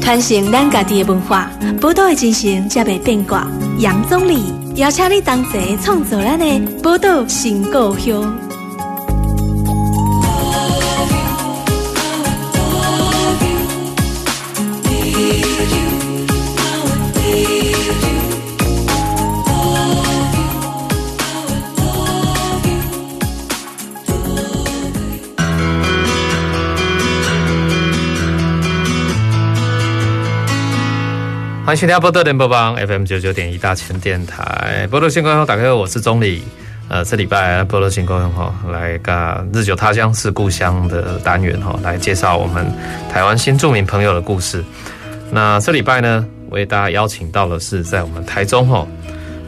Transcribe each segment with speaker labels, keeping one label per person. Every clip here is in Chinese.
Speaker 1: 传承咱家己的文化，宝岛的精神才袂变卦。杨总理邀请你同齐创造咱的宝岛新故乡。
Speaker 2: 欢迎收听波特联播帮 FM 九九点一大千电台，波特新观众打开后，我是钟礼。呃，这礼拜波特新观众哈来个日久他乡是故乡的单元哈，来介绍我们台湾新著名朋友的故事。那这礼拜呢，为大家邀请到的是在我们台中哈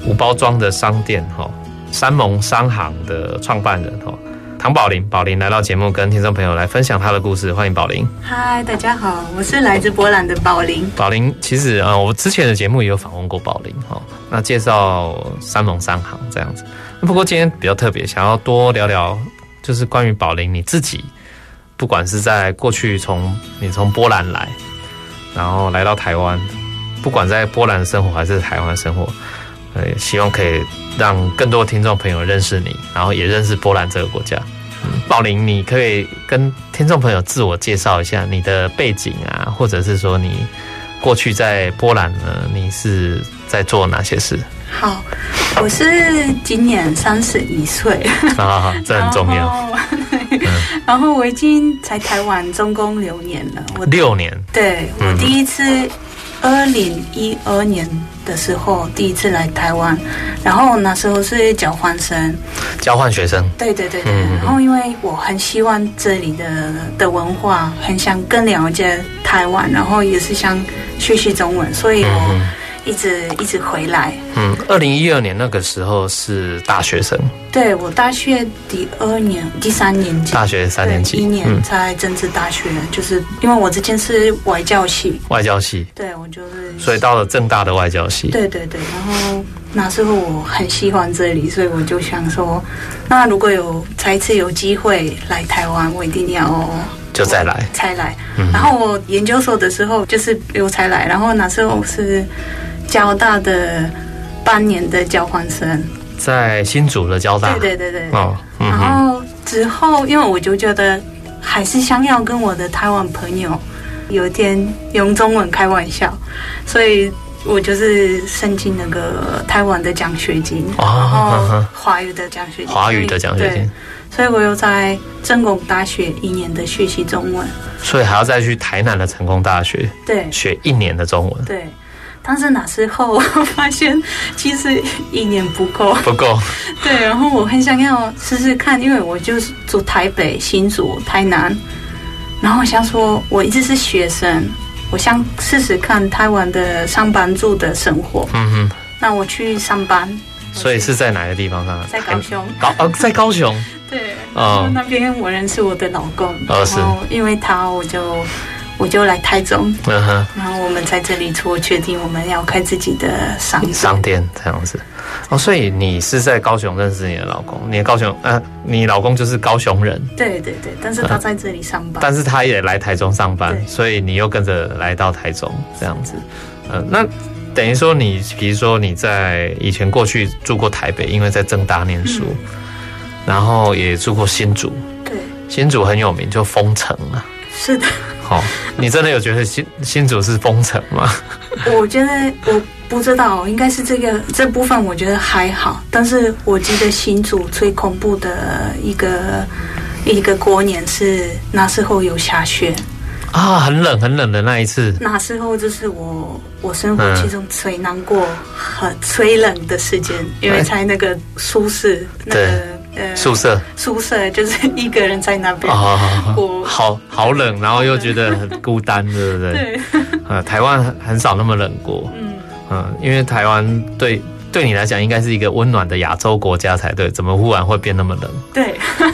Speaker 2: 五包装的商店哈山盟商行的创办人哈唐宝林，宝林来到节目跟听众朋友来分享他的故事，欢迎宝林。
Speaker 3: 嗨，大家好，我是来自波兰的宝林。
Speaker 2: 宝林，其实啊、呃我之前的节目也有访问过宝林哈、哦，那介绍三盟三行这样子。不过今天比较特别，想要多聊聊，就是关于宝林你自己，不管是在过去从你从波兰来，然后来到台湾，不管在波兰的生活还是台湾的生活，呃，希望可以让更多听众朋友认识你，然后也认识波兰这个国家。宝林，你可以跟听众朋友自我介绍一下你的背景啊，或者是说你过去在波兰呢，你是在做哪些事？
Speaker 3: 好，我是今年三十一岁，
Speaker 2: 啊，这很重要。
Speaker 3: 然后。 然后我已经在台湾总共六年了。我
Speaker 2: 六年，
Speaker 3: 对我
Speaker 2: 嗯
Speaker 3: 第一次，二零一二年的时候第一次来台湾，然后那时候是交换生，
Speaker 2: 交换学生，
Speaker 3: 对对对对。
Speaker 2: 嗯嗯嗯
Speaker 3: 然后因为我很希望这里的的文化，很想更了解台湾，然后也是想学习中文，所以我
Speaker 2: 嗯
Speaker 3: 一直、一直回来。
Speaker 2: 嗯，二零一二年那个时候是大学生，
Speaker 3: 对我大学第二年、第三年级，
Speaker 2: 大学三年级，嗯
Speaker 3: 对一年，在政治大学，就是因为我之前是外教系，
Speaker 2: 外交系，
Speaker 3: 对我就是，
Speaker 2: 所以到了正大的外交系，
Speaker 3: 对对对，然后那时候我很喜欢这里，所以我就想说，那如果有再次有机会来台湾，我一定要
Speaker 2: 就再来，
Speaker 3: 才来。
Speaker 2: 嗯
Speaker 3: 然后我研究所的时候就是有才来，然后那时候是交大的半年的交换生，
Speaker 2: 在新竹的交大，
Speaker 3: 对对对对，
Speaker 2: 哦，嗯
Speaker 3: 然
Speaker 2: 哼，
Speaker 3: 后之后，因为我就觉得还是想要跟我的台湾朋友有点用中文开玩笑，所以我就是申请那个台湾的奖学金，
Speaker 2: 哦
Speaker 3: 然
Speaker 2: 嗯
Speaker 3: 后
Speaker 2: 哼
Speaker 3: 华语的奖学金，
Speaker 2: 华语的奖学金
Speaker 3: 对。所以我又在正工大学一年的学习中文，
Speaker 2: 所以还要再去台南的成功大学
Speaker 3: 对
Speaker 2: 学一年的中文，
Speaker 3: 对。但是那时候我 发现，其实一年不够。
Speaker 2: 不够，
Speaker 3: 对，然后我很想要试试看，因为我就是住台北、新竹、台南，然后我想说，我一直是学生，我想试试看台湾的上班族的生活。
Speaker 2: 嗯哼。
Speaker 3: 那我去上班，
Speaker 2: 所以是在哪个地方上？
Speaker 3: 在高雄
Speaker 2: 高呃，在高雄，
Speaker 3: 对，
Speaker 2: 哦
Speaker 3: 然后那边我认识我的老公，
Speaker 2: 哦是
Speaker 3: 然后因为他，我就我就来台中，
Speaker 2: 嗯哼，
Speaker 3: 然后我们在这里做决定，我们要开自己的商店。
Speaker 2: 商店这样子。哦，所以你是在高雄认识你的老公，你的高雄，呃，你老公就是高雄人，
Speaker 3: 对对对，但是
Speaker 2: 啊
Speaker 3: 他在这里上班。
Speaker 2: 但是他也来台中上班，
Speaker 3: 对
Speaker 2: 所以你又跟着来到台中这样子。呃，那等于说你，比如说你在以前过去住过台北，因为在正大念书，然后也住过新竹，
Speaker 3: 对，
Speaker 2: 新竹很有名，就封城啊。
Speaker 3: 是的。
Speaker 2: 好、你真的有觉得新新竹是封城吗？
Speaker 3: 我觉得我不知道，应该是这个这部分我觉得还好，但是我记得新竹最恐怖的一个一个过年是那时候有下雪，
Speaker 2: 啊，很冷很冷的那一次，
Speaker 3: 那时候就是我我生活
Speaker 2: 嗯
Speaker 3: 其中最难过、很最冷的时间，因为
Speaker 2: 哎
Speaker 3: 在那个宿舍那
Speaker 2: 对
Speaker 3: 个呃
Speaker 2: 宿舍
Speaker 3: 宿舍就是一个人在那 边，
Speaker 2: 啊、
Speaker 3: 我
Speaker 2: 好好冷，然后又觉得很孤单，对不对？
Speaker 3: 对，
Speaker 2: 呃，台湾很少那么冷过，
Speaker 3: 嗯，
Speaker 2: 嗯、因为台湾对对你来讲应该是一个温暖的亚洲国家才对，怎么忽然会变那么冷？
Speaker 3: 对，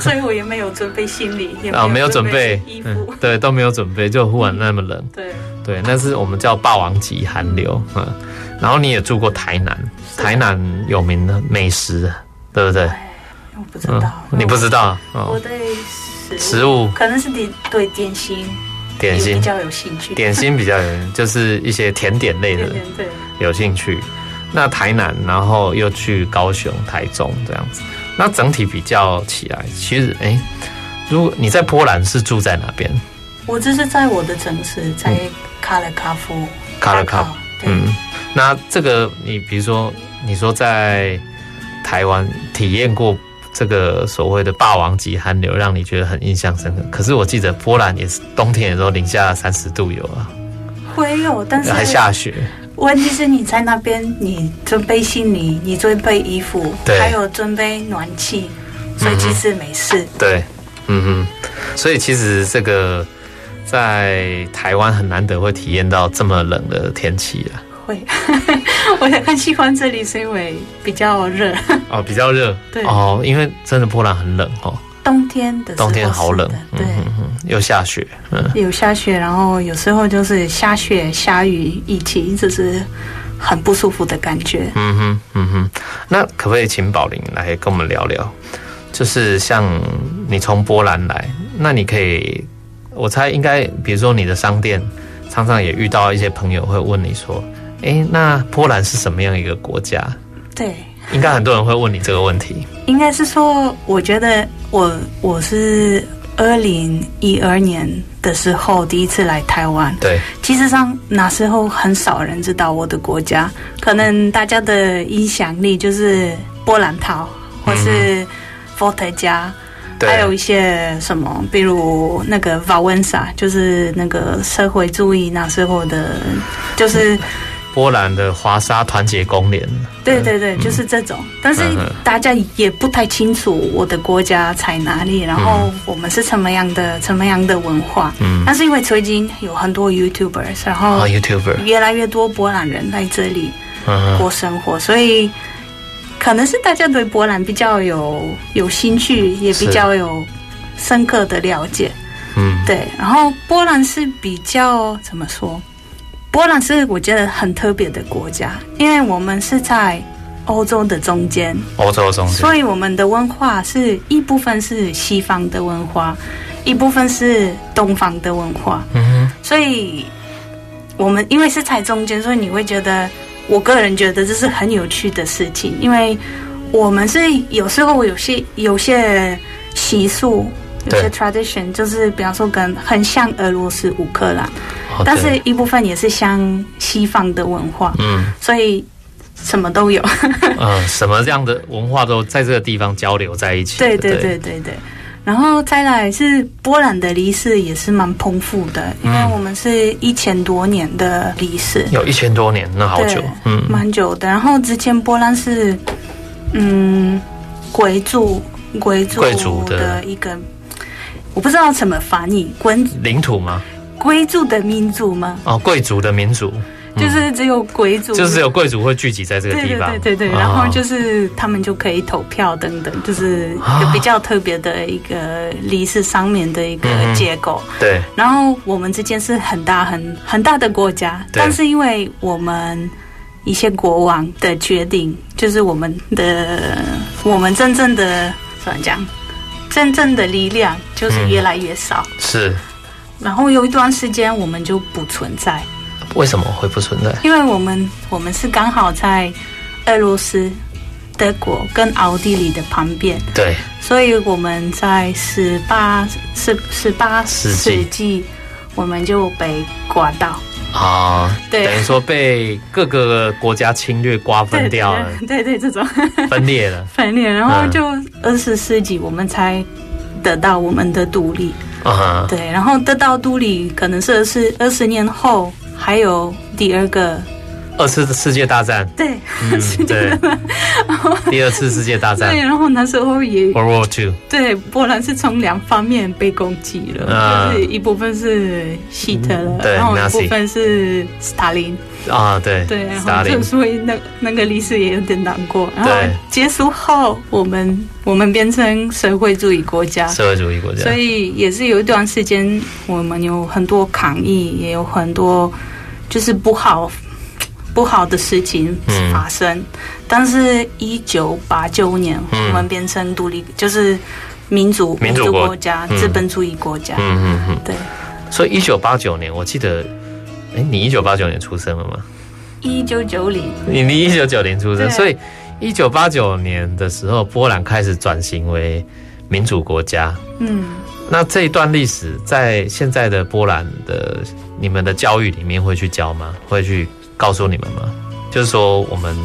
Speaker 3: 所以我也没有准备行李，也
Speaker 2: 啊，没有准
Speaker 3: 备
Speaker 2: 备，
Speaker 3: 衣服，
Speaker 2: 嗯，对，都没有准备，就忽然那么冷，
Speaker 3: 对。
Speaker 2: 对，那是我们叫霸王级寒流，嗯、然后你也住过台南，台南有名的美食，对不对？
Speaker 3: 哎，我不
Speaker 2: 嗯
Speaker 3: 知道，
Speaker 2: 你不知道，
Speaker 3: 我
Speaker 2: 嗯，
Speaker 3: 对食
Speaker 2: 食物
Speaker 3: 可能是点对点心
Speaker 2: 点
Speaker 3: 比
Speaker 2: 心，
Speaker 3: 较有兴趣。
Speaker 2: 点心比较有，就是一些甜点类
Speaker 3: 对
Speaker 2: 的
Speaker 3: 对对，
Speaker 2: 有兴趣。那台南，然后又去高雄、台中这样子。那整体比较起来，其实哎、诶如果你在波兰是住在哪边？
Speaker 3: 我这是在我的城市，在卡勒卡夫。
Speaker 2: 嗯卡拉卡
Speaker 3: 卡卡。对
Speaker 2: 嗯，那这个你比如说，你说在台湾体验过这个所谓的霸王级寒流，让你觉得很印象深刻。可是我记得波兰也是冬天的时候零下三十度有啊，
Speaker 3: 会有，但是
Speaker 2: 还下雪。
Speaker 3: 问题是你在那边，你准备行李，你准备衣服，
Speaker 2: 对嗯
Speaker 3: 还有准备暖气，所以其实没事。
Speaker 2: 对，嗯哼，所以其实这个在台湾很难得会体验到这么冷的天气啊。
Speaker 3: 会， 我也很喜欢这里，是因为比较热，
Speaker 2: 哦，比较热，
Speaker 3: 对
Speaker 2: 哦，因为真的波兰很冷哦，
Speaker 3: 冬天的时候
Speaker 2: 冬天好冷
Speaker 3: 是的，对。
Speaker 2: 嗯哼，又下雪，嗯，
Speaker 3: 有下雪，然后有时候就是下雪、下雨一起，就是很不舒服的感觉。
Speaker 2: 嗯哼，嗯哼，那可不可以请宝玲来跟我们聊聊？就是像你从波兰来，那你可以，我猜应该，比如说你的商店，常常也遇到一些朋友会问你说，诶，那波兰是什么样一个国家？
Speaker 3: 对，
Speaker 2: 应该很多人会问你这个问题。
Speaker 3: 应该是说，我觉得我我是二零一二年的时候第一次来台湾，
Speaker 2: 对，
Speaker 3: 其实上那时候很少人知道我的国家，可能大家的影响力就是波兰桃或
Speaker 2: 嗯
Speaker 3: 是伏特加。
Speaker 2: 对，
Speaker 3: 还有一些什么，比如那个 Valensa，就是那个社会主义那时候的，
Speaker 2: 嗯
Speaker 3: 就是
Speaker 2: 波兰的华沙团结工联，
Speaker 3: 对对对，就是这种。但是
Speaker 2: 嗯嗯嗯
Speaker 3: 大家也不太清楚我的国家在哪里，然后我们是什么样的、什么样的文化。
Speaker 2: 嗯
Speaker 3: 但是因为最近有很多 YouTubers，然
Speaker 2: 啊、
Speaker 3: 后
Speaker 2: y o u t u b e r
Speaker 3: 越来越多波兰人来这里
Speaker 2: 嗯哼，
Speaker 3: 过生活，所以。可能是大家对波兰比较有有兴趣，也
Speaker 2: 是
Speaker 3: 比较有深刻的了解。
Speaker 2: 嗯，
Speaker 3: 对，然后波兰是比较怎么说？波兰是我觉得很特别的国家，因为我们是在欧洲的中间，
Speaker 2: 欧洲中间，
Speaker 3: 所以我们的文化是一部分是西方的文化，一部分是东方的文化，
Speaker 2: 嗯
Speaker 3: 所以我们因为是在中间，所以你会觉得，我个人觉得这是很有趣的事情，因为我们是有时候有些有些习俗。有
Speaker 2: 对
Speaker 3: 些 tradition 就是，比方说跟很像俄罗斯、乌克兰，
Speaker 2: 哼，哦
Speaker 3: 但
Speaker 2: 对
Speaker 3: 是一部分也是像西方的文化，
Speaker 2: 嗯
Speaker 3: 所以什么 都有。
Speaker 2: 嗯，什么样的文化都在这个地方交流在一起，
Speaker 3: 对
Speaker 2: 不
Speaker 3: 对对对对。然后再来是波兰的历史也是蛮丰富的，因为
Speaker 2: 嗯
Speaker 3: 我们是一千多年的历史，
Speaker 2: 有一千多年，那好
Speaker 3: 对，
Speaker 2: 久，嗯，
Speaker 3: 蛮久的。然后之前波兰是，嗯，鬼族鬼族
Speaker 2: 贵族的
Speaker 3: 的一个，我不知道怎么翻译，滚
Speaker 2: 领土吗？
Speaker 3: 归族的民族吗？
Speaker 2: 哦，贵族的民族，
Speaker 3: 就是只有鬼
Speaker 2: 嗯
Speaker 3: 族，
Speaker 2: 就是有贵族会聚集在这个
Speaker 3: 对
Speaker 2: 地
Speaker 3: 对
Speaker 2: 方，啊哦
Speaker 3: 对对对，然后就是是他们就可以投票等等，就是
Speaker 2: 啊
Speaker 3: 有比较特别的一个历史上面的一个
Speaker 2: 嗯
Speaker 3: 结构。
Speaker 2: 对，
Speaker 3: 然后我们之间是很大很很大的国家，
Speaker 2: 对
Speaker 3: 但是因为我们一些国王的决定，就是我们的我们真正的怎么讲，真正的力量就是
Speaker 2: 嗯
Speaker 3: 越来越少。
Speaker 2: 是
Speaker 3: 然后有一段时间我们就不存在，
Speaker 2: 为什么会不存在？
Speaker 3: 因为我们我们是刚好在俄罗斯、德国跟奥地利的旁边，
Speaker 2: 对，
Speaker 3: 所以我们在十八十十八
Speaker 2: 世
Speaker 3: 世
Speaker 2: 纪
Speaker 3: 纪，我们就被刮到，
Speaker 2: 啊、
Speaker 3: 对
Speaker 2: 等于说被各个国家侵略瓜分掉了，
Speaker 3: 对对，对这种
Speaker 2: 分裂了
Speaker 3: 分裂，然后
Speaker 2: 嗯
Speaker 3: 就二十世纪我们才得到我们的独立，
Speaker 2: 啊、
Speaker 3: 对，然后得到独立可能是是二十年后还有第二个，
Speaker 2: 嗯二次世界大战，
Speaker 3: 对
Speaker 2: 嗯，对，第二次世界大战
Speaker 3: 对，然后那时候也
Speaker 2: World War Two，
Speaker 3: 对，波兰是从两方面被攻击了，
Speaker 2: 啊嗯
Speaker 3: 就是一部分是希特勒，
Speaker 2: 对
Speaker 3: 然后一
Speaker 2: Nazi
Speaker 3: 部分是斯大林，
Speaker 2: 啊，对，
Speaker 3: 对，然
Speaker 2: 斯大
Speaker 3: 后
Speaker 2: 林
Speaker 3: 就，所以那那个历史也有点难过。然后
Speaker 2: 对
Speaker 3: 结束后，我们我们变成社会主义国家，
Speaker 2: 社会主义国家
Speaker 3: 所，以也是有一段时间，我们有很多抗议，也有很多就是不好不好的事情
Speaker 2: 嗯
Speaker 3: 发生。但是，一九八九年、
Speaker 2: 嗯
Speaker 3: 我们变成独立，就是民主
Speaker 2: 民主国
Speaker 3: 家、
Speaker 2: 嗯
Speaker 3: 资本主义国家。
Speaker 2: 嗯嗯嗯。
Speaker 3: 对，
Speaker 2: 所以一九八九年，我记得，哎、你一九八九年出生了吗？
Speaker 3: 一九九零，
Speaker 2: 你你一九九零出生，
Speaker 3: 对
Speaker 2: 所以一九八九年的时候，波兰开始转型为民主国家。
Speaker 3: 嗯，
Speaker 2: 那这一段历史在现在的波兰的你们的教育里面会去教吗？会去告诉你们吗？就是说我们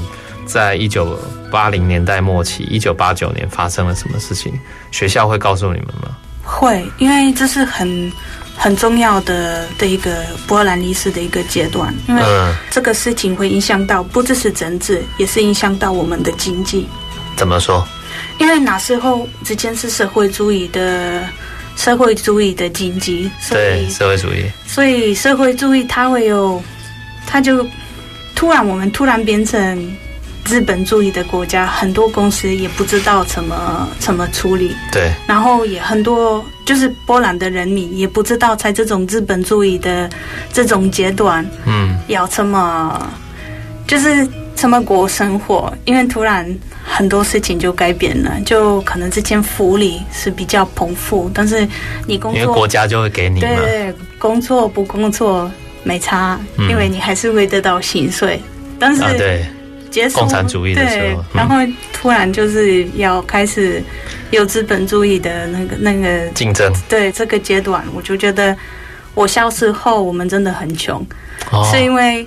Speaker 2: 在一九八零年代末期，一九八九年发生了什么事情，学校会告诉你们吗？
Speaker 3: 会，因为这是很很重要的的一个波兰历史的一个阶段，因为
Speaker 2: 嗯，
Speaker 3: 这个事情会影响到不只是政治，也是影响到我们的经济。
Speaker 2: 怎么说？
Speaker 3: 因为那时候之前是社会主义的社会主义的经济，所
Speaker 2: 对，
Speaker 3: 以
Speaker 2: 社会主义，
Speaker 3: 所以社会主义它会有，它就突然我们突然变成资本主义的国家，很多公司也不知道怎么怎么处理，
Speaker 2: 对，
Speaker 3: 然后也很多就是波兰的人民也不知道在这种资本主义的这种阶段
Speaker 2: 嗯，
Speaker 3: 要怎么就是怎么过生活，因为突然很多事情就改变了，就可能之前福利是比较丰富，但是你工
Speaker 2: 因为
Speaker 3: 作
Speaker 2: 国家就会给你嘛
Speaker 3: 对，对，工作不工作没差，
Speaker 2: 嗯
Speaker 3: 因为你还是会得到薪水。但是
Speaker 2: 啊，对，
Speaker 3: 结束、
Speaker 2: 共产主义的时候
Speaker 3: 对
Speaker 2: 嗯
Speaker 3: 然后突然就是要开始有资本主义的那个那个
Speaker 2: 竞争，
Speaker 3: 对这个阶段，我就觉得我小时候我们真的很穷，
Speaker 2: 哦
Speaker 3: 是因为。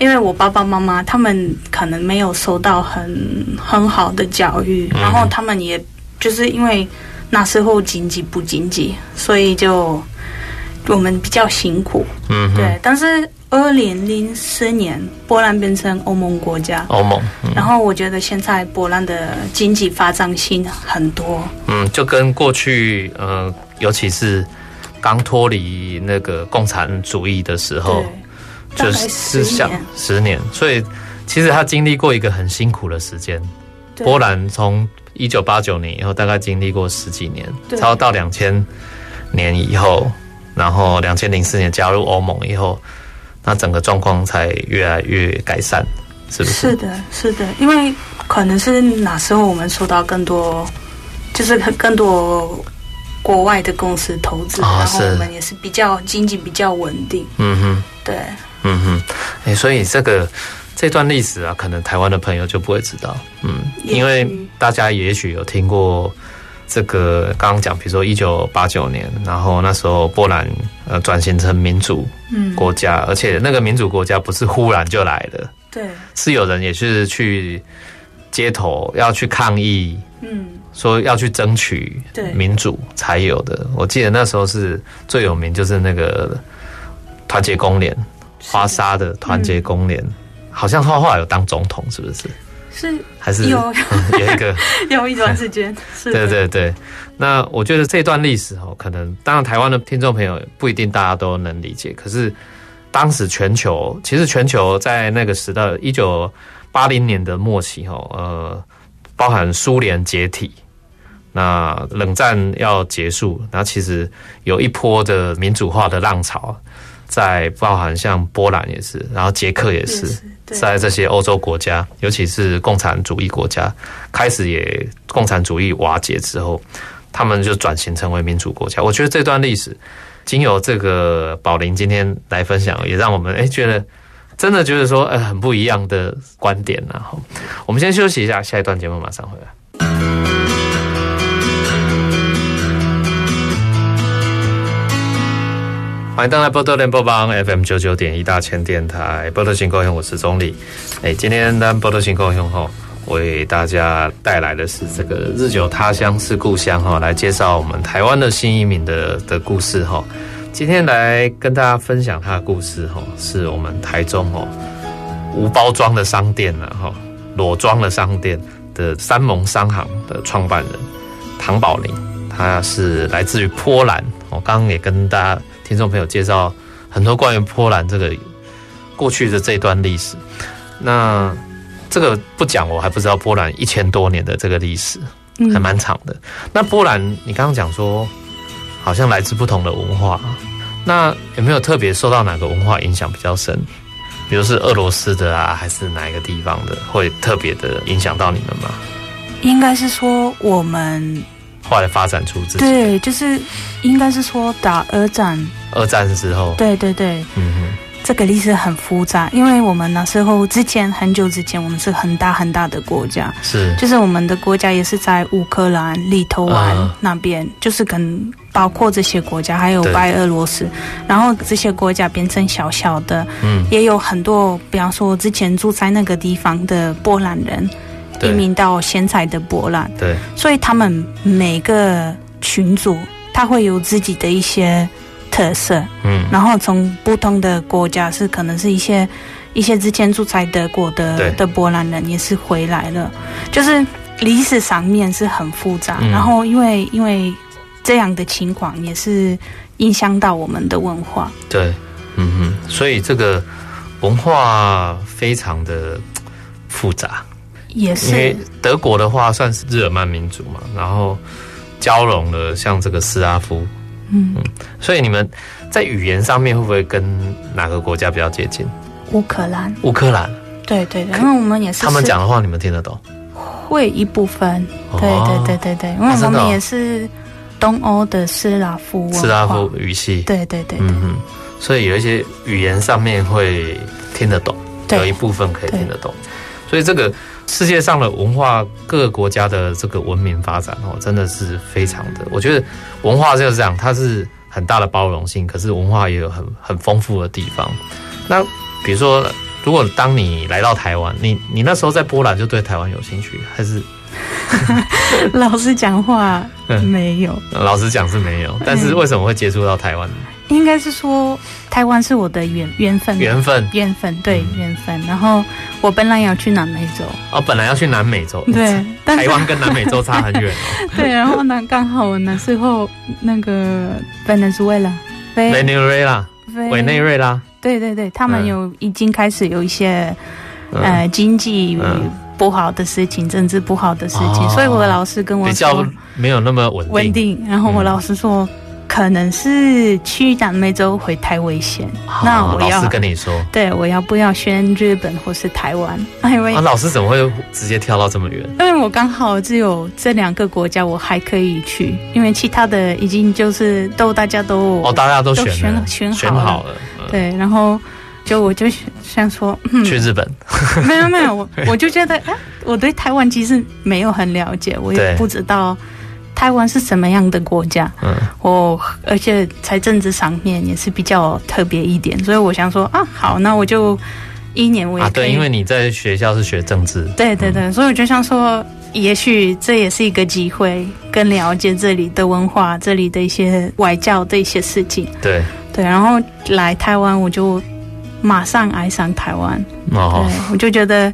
Speaker 3: 因为我爸爸妈妈他们可能没有受到很很好的教育，
Speaker 2: 嗯
Speaker 3: 然后他们也就是因为那时候经济不经济，所以就我们比较辛苦。
Speaker 2: 嗯哼，
Speaker 3: 对，但是二零零四年波兰变成欧盟国家，
Speaker 2: 欧盟，嗯
Speaker 3: 然后我觉得现在波兰的经济发展性很多，
Speaker 2: 嗯，就跟过去呃，尤其是刚脱离那个共产主义的时候，
Speaker 3: 对，
Speaker 2: 就
Speaker 3: 大概
Speaker 2: 是是
Speaker 3: 十
Speaker 2: 像
Speaker 3: 年，
Speaker 2: 十年，所以其实他经历过一个很辛苦的时间。
Speaker 3: 对
Speaker 2: 波兰从一九八九年以后，大概经历过十几年，
Speaker 3: 对
Speaker 2: 超到两千年以后，然后两千零四年加入欧盟以后，那整个状况才越来越改善，是不是？
Speaker 3: 是的，是的，因为可能是哪时候我们受到更多，就是更多国外的公司投资，
Speaker 2: 啊
Speaker 3: 然后
Speaker 2: 是
Speaker 3: 我们也是比较经济比较稳定，
Speaker 2: 嗯哼。
Speaker 3: 对，
Speaker 2: 嗯哼，哎、所以这个这段历史啊，可能台湾的朋友就不会知道，嗯，
Speaker 3: 也许
Speaker 2: 因为大家也许有听过这个刚刚讲，比如说一九八九年，然后那时候波兰呃转型成民主
Speaker 3: 嗯，
Speaker 2: 国家，而且那个民主国家不是忽然就来的，
Speaker 3: 对，
Speaker 2: 是有人也是去街头要去抗议，
Speaker 3: 嗯，
Speaker 2: 说要去争取
Speaker 3: 对
Speaker 2: 民主才有的。我记得那时候是最有名就是那个团结工联，花沙的团结工联，
Speaker 3: 嗯
Speaker 2: 好像画画有当总统，是不是？
Speaker 3: 是
Speaker 2: 还是
Speaker 3: 有
Speaker 2: 有一个？
Speaker 3: 有一段时 间，是的嗯
Speaker 2: 对对对。那我觉得这段历史哦，可能当然台湾的听众朋友不一定大家都能理解，可是当时全球其实全球在那个时代，一九八零年的末期哦，呃，包含苏联解体。那冷战要结束，然后其实有一波的民主化的浪潮，在包含像波兰也是，然后捷克也是，
Speaker 3: 对
Speaker 2: 在这些欧洲国家，尤其是共产主义国家，开始也共产主义瓦解之后，他们就转型成为民主国家。我觉得这段历史，经由这个宝林今天来分享，也让我们哎、觉得真的觉得说呃很不一样的观点然、啊、后我们先休息一下，下一段节目马上回来。欢迎登来波多联播帮 FM 九九点一大千电台波多行够用，我是钟礼。哎，今天当波多行够用后，为大家带来的是这个日久他乡是故乡哈，来介绍我们台湾的新移民的的故事哈。今天来跟大家分享他的故事哈，是我们台中哦无包装的商店呢哈，裸装的商店的三盟商行的创办人唐宝林。他是来自于波兰。我刚刚也跟大家听众朋友介绍很多关于波兰这个过去的这段历史。那这个不讲，我还不知道波兰一千多年的这个历史，
Speaker 3: 嗯
Speaker 2: 还蛮长的。那波兰，你刚刚讲说好像来自不同的文化，那有没有特别受到哪个文化影响比较深？比如是俄罗斯的啊，还是哪一个地方的，会特别的影响到你们吗？
Speaker 3: 应该是说我们
Speaker 2: 后来发展出自己。
Speaker 3: 对，就是应该是说打二战，
Speaker 2: 二战之后，
Speaker 3: 对对对，
Speaker 2: 嗯
Speaker 3: 这个历史很复杂，因为我们那时候之前很久之前，我们是很大很大的国家，
Speaker 2: 哼，是
Speaker 3: 就是我们的国家也是在乌克兰、立陶宛
Speaker 2: 嗯
Speaker 3: 那边，就是跟包括这些国家，还有
Speaker 2: 对
Speaker 3: 白俄罗斯，然后这些国家变成小小的，
Speaker 2: 嗯，
Speaker 3: 也有很多，比方说之前住在那个地方的波兰人移
Speaker 2: 对
Speaker 3: 民到现在的波兰，
Speaker 2: 对，
Speaker 3: 所以他们每个群组他会有自己的一些特色，
Speaker 2: 嗯，
Speaker 3: 然后从不同的国家是可能是一些一些之前住在德国
Speaker 2: 对
Speaker 3: 的的波兰人也是回来了，就是历史上面是很复杂。
Speaker 2: 嗯
Speaker 3: 然后因为因为这样的情况也是影响到我们的文化，
Speaker 2: 对，嗯哼，所以这个文化非常的复杂，因
Speaker 3: 也
Speaker 2: 为
Speaker 3: 是
Speaker 2: 德国的话算是日耳曼民族嘛，然后交融了像这个斯拉夫，
Speaker 3: 嗯，
Speaker 2: 所以你们在语言上面会不会跟哪个国家比较接近？
Speaker 3: 乌克兰，
Speaker 2: 乌克兰，
Speaker 3: 对对对，
Speaker 2: 可
Speaker 3: 因为我们也是
Speaker 2: 他们
Speaker 3: 是
Speaker 2: 讲的话你们听得懂？
Speaker 3: 会一部分，对
Speaker 2: 哦
Speaker 3: 对对对对，因为
Speaker 2: 啊
Speaker 3: 我
Speaker 2: 真的
Speaker 3: 们
Speaker 2: 哦
Speaker 3: 也是东欧的斯拉夫文化，
Speaker 2: 斯拉夫，语系，
Speaker 3: 对对对对
Speaker 2: 嗯哼，所以有一些语言上面会听得懂，有一
Speaker 3: 对
Speaker 2: 部分可以听得懂。所以这个世界上的文化，各个国家的这个文明发展哦，真的是非常的。我觉得文化就是这样，它是很大的包容性，可是文化也有很很丰富的地方。那比如说，如果当你来到台湾，你你那时候在波兰就对台湾有兴趣，还是
Speaker 3: 老师讲话
Speaker 2: 嗯
Speaker 3: 没有。
Speaker 2: 老实讲是没
Speaker 3: 嗯
Speaker 2: 有？但是为什么会接触到台湾？
Speaker 3: 应该是说台湾是我的缘缘分，
Speaker 2: 缘分
Speaker 3: 缘分对
Speaker 2: 嗯
Speaker 3: 缘分。然后我本来要去南美洲，
Speaker 2: 哦，本来要去南美洲，
Speaker 3: 对，
Speaker 2: 嗯
Speaker 3: 但
Speaker 2: 台
Speaker 3: 是
Speaker 2: 湾跟南美洲差很 远哦。
Speaker 3: 对，然后呢，刚好我那时候那个委内瑞拉，
Speaker 2: 委内瑞拉，委
Speaker 3: 委
Speaker 2: 内，瑞拉，
Speaker 3: 对对对，他们
Speaker 2: 嗯
Speaker 3: 有已经开始有一些
Speaker 2: 嗯，
Speaker 3: 呃经济
Speaker 2: 嗯
Speaker 3: 不好的事情，政治不好的事情，
Speaker 2: 哦
Speaker 3: 所以我的老师跟我
Speaker 2: 比较
Speaker 3: 说
Speaker 2: 没有那么稳定
Speaker 3: 稳定，然后我
Speaker 2: 嗯
Speaker 3: 老师说。可能是去南美洲会太危险，
Speaker 2: 啊
Speaker 3: 那我
Speaker 2: 老
Speaker 3: 要
Speaker 2: 师跟你说，
Speaker 3: 对，我要不要选日本或是台湾？ 因为、
Speaker 2: 啊，老师怎么会直接跳到这么远？
Speaker 3: 因为我刚好只有这两个国家我还可以去，因为其他的已经就是都大家都
Speaker 2: 哦，大家都选
Speaker 3: 都选
Speaker 2: 了，
Speaker 3: 了选好
Speaker 2: 选好了，嗯
Speaker 3: 对，然后就我就想 说，嗯，
Speaker 2: 去日本，
Speaker 3: 没有没有，我我就觉得，哎、我对台湾其实没有很了解，我也
Speaker 2: 对
Speaker 3: 不知道台湾是什么样的国家，
Speaker 2: 嗯，
Speaker 3: 我而且财政这上面也是比较特别一点，所以我想说啊，好，那我就一年我也
Speaker 2: 啊，
Speaker 3: 可以、
Speaker 2: 对，因为你在学校是学政治，
Speaker 3: 对对对，所以我就想说，也许这也是一个机会，更了解这里的文化，这里的一些外教的一些事情。
Speaker 2: 对，
Speaker 3: 对，然后来台湾，我就马上爱上台湾。
Speaker 2: 哦，
Speaker 3: 对，我就觉得，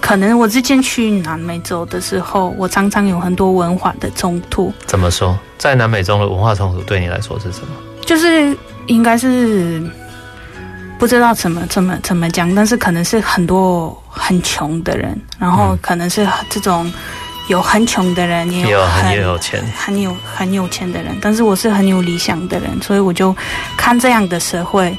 Speaker 3: 可能我之前去南美洲的时候，我常常有很多文化的冲突，
Speaker 2: 怎么说？在南美洲的文化冲突对你来说是什么？
Speaker 3: 就是应该是。不知道怎么怎么怎么讲，但是可能是很多很穷的人，然后
Speaker 2: 嗯
Speaker 3: 可能是这种有很穷的人，也
Speaker 2: 也
Speaker 3: 有
Speaker 2: 有
Speaker 3: 很
Speaker 2: 很也有钱，
Speaker 3: 很有很有钱的人，但是我是很有理想的人，所以我就看这样的社会，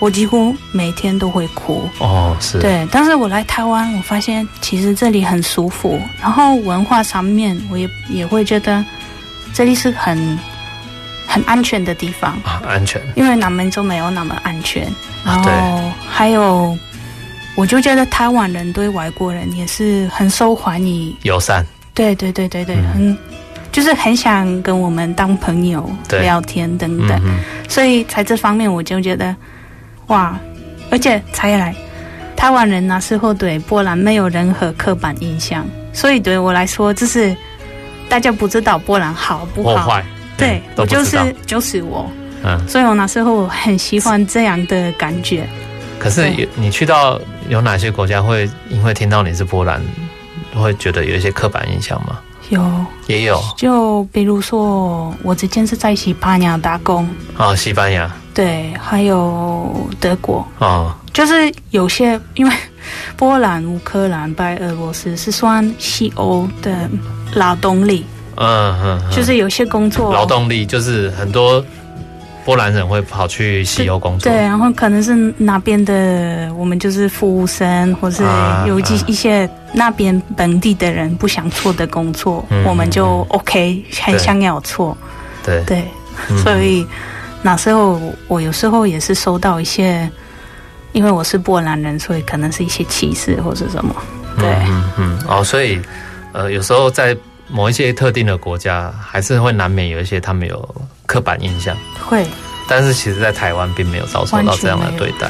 Speaker 3: 我几乎每天都会哭。
Speaker 2: 哦，是，
Speaker 3: 对，但是我来台湾，我发现其实这里很舒服，然后文化上面我也也会觉得这里是很很安全的地方，
Speaker 2: 啊，安全，
Speaker 3: 因为南美洲没有那么安全。然
Speaker 2: 啊
Speaker 3: 后
Speaker 2: 对
Speaker 3: 还有，我就觉得台湾人对外国人也是很受欢迎，
Speaker 2: 友善，
Speaker 3: 对对对对对，
Speaker 2: 嗯
Speaker 3: 很就是很想跟我们当朋友
Speaker 2: 对
Speaker 3: 聊天等
Speaker 2: 嗯
Speaker 3: 等，
Speaker 2: 哼，
Speaker 3: 所以在这方面我就觉得哇，而且才来台湾人那时候对波兰没有任何刻板印象，所以对我来说就是大家不知道波兰好不
Speaker 2: 或
Speaker 3: 好，
Speaker 2: 坏，
Speaker 3: 对
Speaker 2: 嗯都
Speaker 3: 我
Speaker 2: 不
Speaker 3: 就
Speaker 2: 知
Speaker 3: 是
Speaker 2: 道，
Speaker 3: 就是我，
Speaker 2: 嗯，
Speaker 3: 所以我那时候很喜欢这样的感觉。
Speaker 2: 可是
Speaker 3: 对
Speaker 2: 有你去到有哪些国家会因为听到你是波兰，会觉得有一些刻板印象吗？
Speaker 3: 有，
Speaker 2: 也有
Speaker 3: 就比如说我之前是在西班牙打工，
Speaker 2: 哦，西班牙
Speaker 3: 对，还有德国，
Speaker 2: 哦，
Speaker 3: 就是有些因为波兰、乌克兰、白俄罗斯是算西欧的劳动力，
Speaker 2: 嗯嗯，嗯
Speaker 3: 就是有些工作
Speaker 2: 劳动力，就是很多波兰人会跑去西欧工作
Speaker 3: 对，，然后可能是那边的我们就是服务生，或是
Speaker 2: 啊
Speaker 3: 有一、
Speaker 2: 啊
Speaker 3: 一些那边本地的人不想做的工作，
Speaker 2: 嗯
Speaker 3: 我们就 OK，很
Speaker 2: 对
Speaker 3: 想要做。
Speaker 2: 对，
Speaker 3: 对，
Speaker 2: 嗯
Speaker 3: 所以那时候我有时候也是收到一些，因为我是波兰人，所以可能是一些歧视或者什么。对，
Speaker 2: 嗯嗯嗯哦，所以呃，有时候在某一些特定的国家，还是会难免有一些他们有刻板印象，
Speaker 3: 会
Speaker 2: 但是其实，在台湾并没有遭受到这样的对待。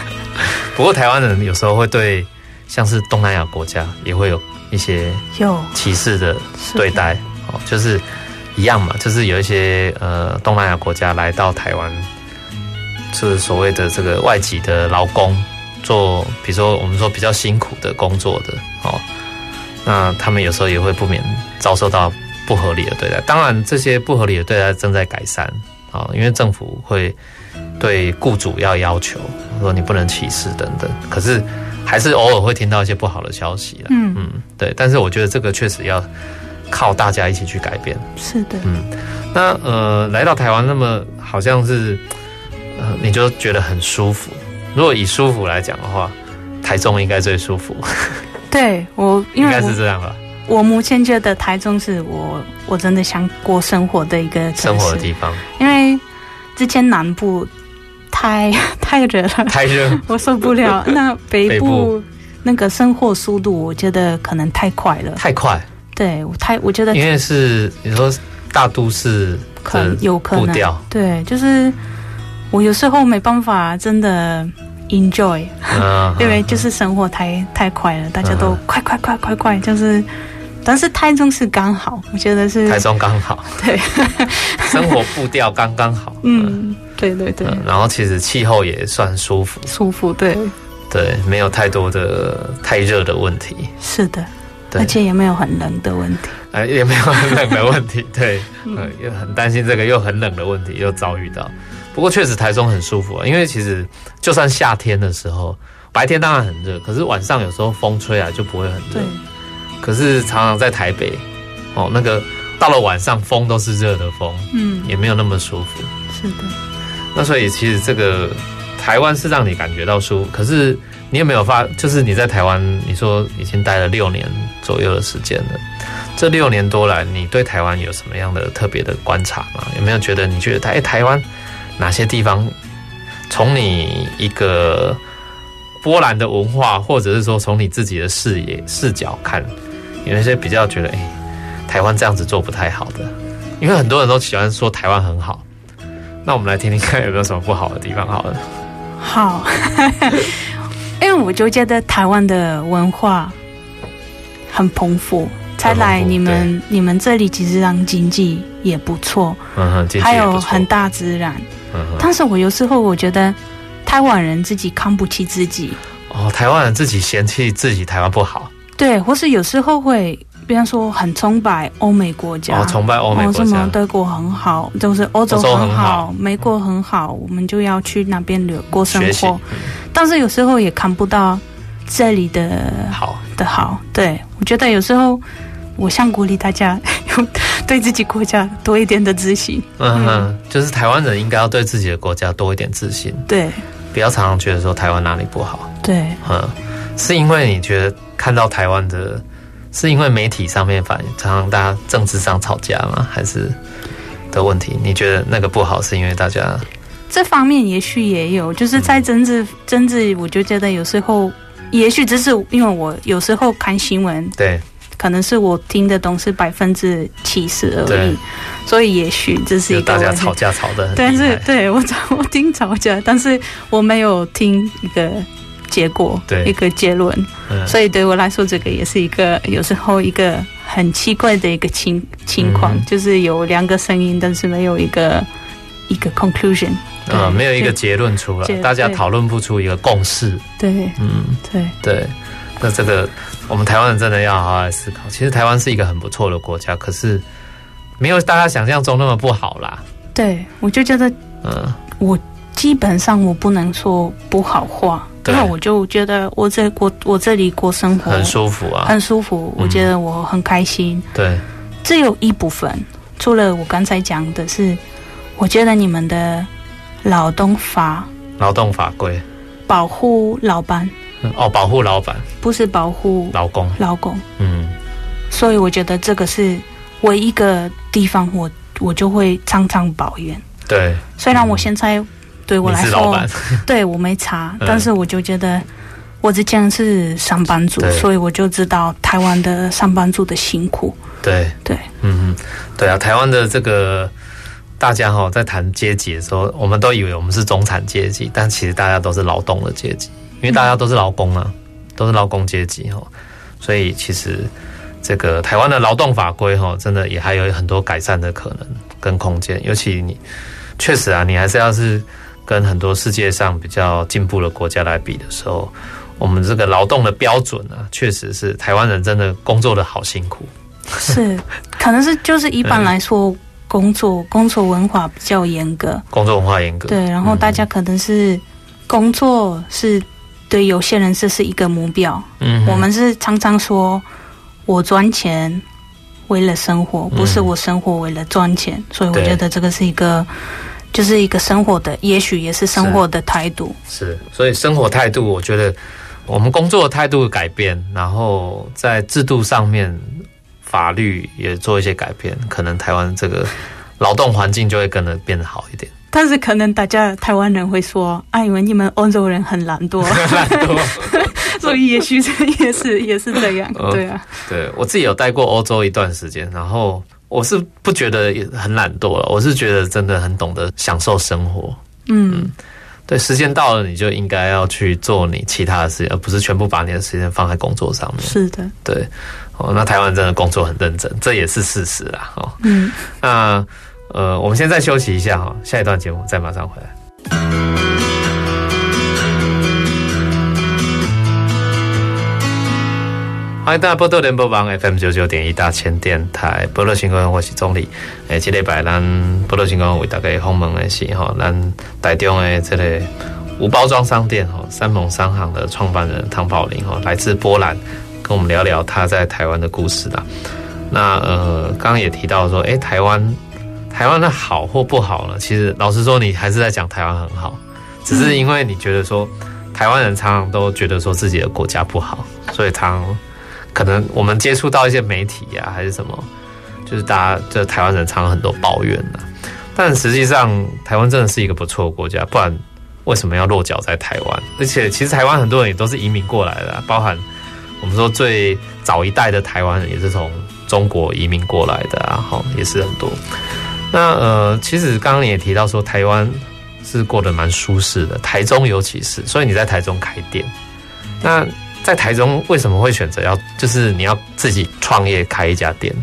Speaker 2: 不过，台湾人有时候会对像是东南亚国家也会有一些
Speaker 3: 有
Speaker 2: 歧视的
Speaker 3: 是
Speaker 2: 对待，哦，就是一样嘛，就是有一些呃东南亚国家来到台湾，就是所谓的这个外籍的劳工，做比如说我们说比较辛苦的工作的，哦，那他们有时候也会不免遭受到不合理的对待。当然，这些不合理的对待正在改善啊、哦因为政府会对雇主要要求说你不能歧视等等，可是还是偶尔会听到一些不好的消息啦。
Speaker 3: 嗯
Speaker 2: 嗯，对，但是我觉得这个确实要靠大家一起去改变。
Speaker 3: 是的，
Speaker 2: 那呃，来到台湾，那么好像是呃，你就觉得很舒服。如果以舒服来讲的话，台中应该最舒服，
Speaker 3: 对我因
Speaker 2: 应
Speaker 3: 为
Speaker 2: 该
Speaker 3: 我
Speaker 2: 是这样吧？
Speaker 3: 我目前觉得台中是我我真的想过生活的一个
Speaker 2: 生
Speaker 3: 城
Speaker 2: 活的
Speaker 3: 市，
Speaker 2: 地方
Speaker 3: 因为之前南部太 太热了，
Speaker 2: 太热，
Speaker 3: 我受 不了。那北
Speaker 2: 北
Speaker 3: 部
Speaker 2: 部
Speaker 3: 那个生活速度，我觉得可能太快了。
Speaker 2: 太快，
Speaker 3: 对，我太我觉得
Speaker 2: 因为是你说大都市
Speaker 3: 可
Speaker 2: 的
Speaker 3: 能有可
Speaker 2: 步
Speaker 3: 能
Speaker 2: 调，
Speaker 3: 对，就是我有时候没办法真的 enjoy，
Speaker 2: 嗯，
Speaker 3: 因为就是生活太太快了，大家都
Speaker 2: 嗯
Speaker 3: 快快快快快，就是。但是台中是刚好，我觉得是
Speaker 2: 台中刚好，
Speaker 3: 对，
Speaker 2: 生活步调刚刚好，嗯。
Speaker 3: 嗯，对对对，
Speaker 2: 嗯，然嗯后其实气候也算舒服，
Speaker 3: 舒服，对，
Speaker 2: 对，没有太多的太热的问题，
Speaker 3: 是的，
Speaker 2: 对
Speaker 3: 而且也没有很冷的问题，
Speaker 2: 呃，也没有很冷的问题，对，呃，也
Speaker 3: 嗯
Speaker 2: 很担心这个又很冷的问题又遭遇到。不过确实台中很舒服啊，因为其实就算夏天的时候，白天当然很热，可是晚上有时候风吹啊来就不会很热
Speaker 3: 对。，
Speaker 2: 可是常常在台北，哦，那个到了晚上风都是热的风，
Speaker 3: 嗯，
Speaker 2: 也没有那么舒服。
Speaker 3: 是的，
Speaker 2: 那所以其实这个台湾是让你感觉到舒服，可是你有没有发？就是你在台湾，你说已经待了六年左右的时间了，这六年多来，你对台湾有什么样的特别的观察吗？有没有觉得你觉得台、哎台湾哪些地方，从你一个波兰的文化，或者是说从你自己的视野视角看，有一些比较觉得，哎，台湾这样子做不太好的，因为很多人都喜欢说台湾很好。那我们来听听看有没有什么不好的地方好了。
Speaker 3: 好， 因为我就觉得台湾的文化很丰富，才
Speaker 2: 很
Speaker 3: 来
Speaker 2: 丰富
Speaker 3: 你们你们这里其实上经济也不错，
Speaker 2: 嗯哼，经济
Speaker 3: 还
Speaker 2: 也不
Speaker 3: 有
Speaker 2: 错
Speaker 3: 很，大自然，
Speaker 2: 嗯哼，
Speaker 3: 但是我有时候我觉得台湾人自己看不起自己，
Speaker 2: 哦，台湾人自己嫌弃自己台湾不好，
Speaker 3: 对，或是有时候会。比方说，很崇拜欧美国家，
Speaker 2: 哦，崇拜欧美
Speaker 3: 哦，
Speaker 2: 国
Speaker 3: 什
Speaker 2: 家
Speaker 3: 么，德国很好，就是欧洲
Speaker 2: 欧
Speaker 3: 很
Speaker 2: 洲
Speaker 3: 好，
Speaker 2: 很好
Speaker 3: 美国很好，我们就要去那边留过生
Speaker 2: 学习
Speaker 3: 活。但是有时候也看不到这里的
Speaker 2: 好，
Speaker 3: 的好。对我觉得有时候我想鼓励大家有对自己国家多一点的自信。
Speaker 2: 嗯哼，就是台湾人应该要对自己的国家多一点自信，
Speaker 3: 对
Speaker 2: 不要常常觉得说台湾哪里不好，
Speaker 3: 对，
Speaker 2: 嗯，是因为你觉得看到台湾的，是因为媒体上面反常常大家政治上吵架吗？还是的问题？你觉得那个不好是因为大家
Speaker 3: 这方面也许也有，就是在政治
Speaker 2: 嗯
Speaker 3: 政治，我就觉得有时候。也许只是因为我有时候看新闻，
Speaker 2: 对
Speaker 3: 可能是我听的东西百分之七十而已
Speaker 2: 对，
Speaker 3: 所以也许这是
Speaker 2: 就
Speaker 3: 一个
Speaker 2: 大家
Speaker 3: 问题
Speaker 2: 吵架吵得很
Speaker 3: 但
Speaker 2: 厉
Speaker 3: 是
Speaker 2: 害，
Speaker 3: 对我吵我听吵架，但是我没有听一个结果，
Speaker 2: 对
Speaker 3: 一个结论，
Speaker 2: 嗯
Speaker 3: 所以对我来说，这个也是一个有时候一个很奇怪的一个情情况，
Speaker 2: 嗯哼
Speaker 3: 就是有两个声音，但是没有一个一个 conclusion，
Speaker 2: 嗯，
Speaker 3: 对
Speaker 2: 没有一个
Speaker 3: 对
Speaker 2: 结论出
Speaker 3: 结
Speaker 2: 来，大家
Speaker 3: 对
Speaker 2: 讨论不出一个共识。
Speaker 3: 对
Speaker 2: 嗯，
Speaker 3: 对，
Speaker 2: 对，那这个我们台湾人真的要好好来思考。其实台湾是一个很不错的国家，可是没有大家想象中那么不好啦。
Speaker 3: 对我就觉得
Speaker 2: 嗯，
Speaker 3: 基本上我不能说不好话，
Speaker 2: 对
Speaker 3: 那我就觉得我这过我这里过生活
Speaker 2: 很舒服啊。
Speaker 3: 很舒服，
Speaker 2: 嗯
Speaker 3: 我觉得我很开心，
Speaker 2: 对，
Speaker 3: 只有一部分，除了我刚才讲的是，我觉得你们的劳动法
Speaker 2: 劳动法规，
Speaker 3: 保护老板
Speaker 2: 嗯哦，保护老板、
Speaker 3: 不是保护
Speaker 2: 老公，
Speaker 3: 老公，
Speaker 2: 嗯，
Speaker 3: 所以我觉得这个是唯一一个地方我我就会常常抱怨。
Speaker 2: 对，
Speaker 3: 虽然我现在对
Speaker 2: 嗯
Speaker 3: 我
Speaker 2: 你
Speaker 3: 来
Speaker 2: 是老
Speaker 3: 说，
Speaker 2: 板，
Speaker 3: 对我没查，
Speaker 2: 嗯
Speaker 3: 但是我就觉得我之前是上班族
Speaker 2: 对，
Speaker 3: 所以我就知道台湾的上班族的 辛苦。
Speaker 2: 对
Speaker 3: 对，
Speaker 2: 嗯，对啊，台湾的这个大家哈、在谈阶级的时候，我们都以为我们是中产阶级，但其实大家都是劳动的阶级，因为大家都是劳工啊，都是劳工阶级哈、所以其实这个台湾的劳动法规哈、真的也还有很多改善的可能跟空间，尤其你确实啊，你还是要是跟很多世界上比较进步的国家来比的时候。我们这个劳动的标准啊，确实是台湾人真的工作的好辛苦，
Speaker 3: 是，可能是就是一般来说，工
Speaker 2: 嗯
Speaker 3: 作工作文化比较严格，
Speaker 2: 工作文化严格。
Speaker 3: 对，然后大家可能是工作是对有些人这是一个目标，
Speaker 2: 嗯哼
Speaker 3: 我们是常常说我赚钱为了生活，不是
Speaker 2: 嗯
Speaker 3: 我生活为了赚钱，所以我
Speaker 2: 对
Speaker 3: 觉得这个是一个。就是一个生活的，也许也是生活的态度。
Speaker 2: 是，所以生活态度，我觉得我们工作态度改变，然后在制度上面，法律也做一些改变，可能台湾这个劳动环境就会跟着变得好一 点。
Speaker 3: 但是可能大家台湾人会说：“啊，因为你们欧洲人很懒 惰，
Speaker 2: 懒惰。
Speaker 3: 所以也许这也是也是这样。”
Speaker 2: 嗯
Speaker 3: 对啊，
Speaker 2: 对我自己有待过欧洲一段时间，然后我是不觉得很懒惰了，我是觉得真的很懂得享受生活。
Speaker 3: 嗯，
Speaker 2: 对，时间到了，你就应该要去做你其他的事情，而不是全部把你的时间放在工作上面。
Speaker 3: 是的，
Speaker 2: 对，哦，那台湾真的工作很认真，这也是事实啦。哦，
Speaker 3: 嗯，
Speaker 2: 那呃，我们现在休息一下哈，下一段节目再马上回来。欢迎大家波多联播网 FM 九九点一大千电台，波多新闻我是钟理。诶，这礼拜咱波多新闻为大家访问的是吼，咱台中的这个无包装商店吼，三盟商行的创办人汤宝林吼，来自波兰，跟我们聊聊他在台湾的故事啦。那呃，刚刚也提到说，诶，台湾台湾的好或不好呢？其实老实说，你还是在讲台湾很好，只是因为你觉得说台湾人常常都觉得说自己的国家不好，所以常常可能我们接触到一些媒体呀、还是什么，就是大家就台湾人常常很多抱怨呐、但实际上，台湾真的是一个不错的国家，不然为什么要落脚在台湾？而且，其实台湾很多人也都是移民过来的啊、包含我们说最早一代的台湾人也是从中国移民过来的啊，好，也是很多。那呃，其实刚刚你也提到说，台湾是过得蛮舒适的，台中尤其是，所以你在台中开店。那在台中为什么会选择要，就是你要自己创业开一家店？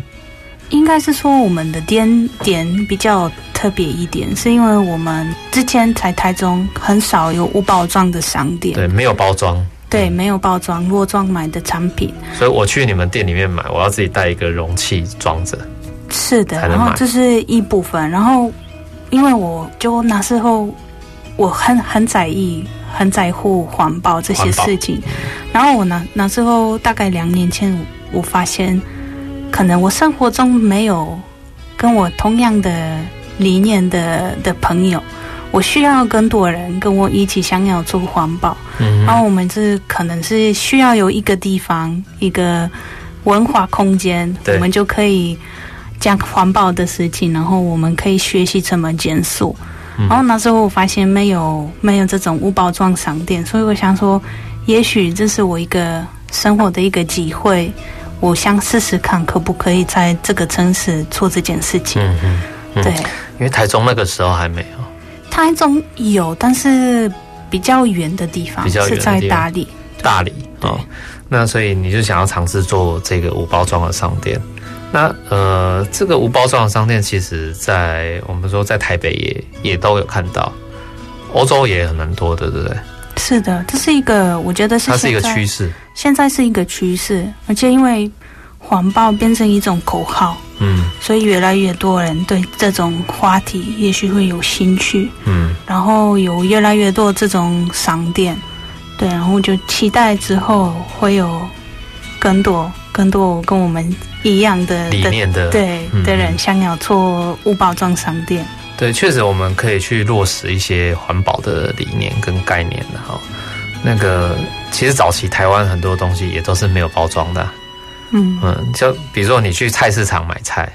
Speaker 3: 应该是说我们的点点比较特别一点，是因为我们之前在台中很少有无包装的商店，
Speaker 2: 对，没有包装，
Speaker 3: 对，没有包装落装买的产品，
Speaker 2: 所以我去你们店里面买，我要自己带一个容器装着。
Speaker 3: 是的，
Speaker 2: 才能
Speaker 3: 然后
Speaker 2: 买
Speaker 3: 这是一部分，然后因为我就那时候我很很在意、很在乎环保这些
Speaker 2: 环保嗯
Speaker 3: 事情，然后我那那时候大概两年前，我发现可能我生活中没有跟我同样的理念的的朋友，我需要更多人跟我一起想要做环保，
Speaker 2: 嗯
Speaker 3: 然后我们是可能是需要有一个地方，一个文化空间，
Speaker 2: 对
Speaker 3: 我们就可以讲环保的事情，然后我们可以学习怎么减速。
Speaker 2: 嗯
Speaker 3: 然后那时候我发现没有没有这种无包装商店，所以我想说，也许这是我一个生活的一个机会，我想试试看可不可以在这个城市做这件事情。
Speaker 2: 嗯嗯，嗯
Speaker 3: 对，
Speaker 2: 因为台中那个时候还没有，
Speaker 3: 台中有，但是比较远的地方
Speaker 2: 比较远的
Speaker 3: 是在
Speaker 2: 地方
Speaker 3: 大理。
Speaker 2: 大理哦，那所以你就想要尝试做这个无包装的商店。那呃，这个无包装的商店，其实在我们说在台北也也都有看到，欧洲也很蛮多的，对不对？
Speaker 3: 是的，这是一个，我觉得是
Speaker 2: 它是一个
Speaker 3: 现在
Speaker 2: 趋势。
Speaker 3: 现在是一个趋势，而且因为环保变成一种口号，
Speaker 2: 嗯
Speaker 3: 所以越来越多人对这种话题也许会有兴趣，
Speaker 2: 嗯，
Speaker 3: 然后有越来越多这种商店，对，然后就期待之后会有更多更多跟我们一样的
Speaker 2: 理
Speaker 3: 的
Speaker 2: 念的
Speaker 3: 对
Speaker 2: 嗯
Speaker 3: 的人
Speaker 2: 嗯
Speaker 3: 想要做无包装商店。
Speaker 2: 对，确实我们可以去落实一些环保的理念跟概念的哈。哦那个其实早期台湾很多东西也都是没有包装的啊、
Speaker 3: 嗯
Speaker 2: 嗯，就比如说你去菜市场买菜，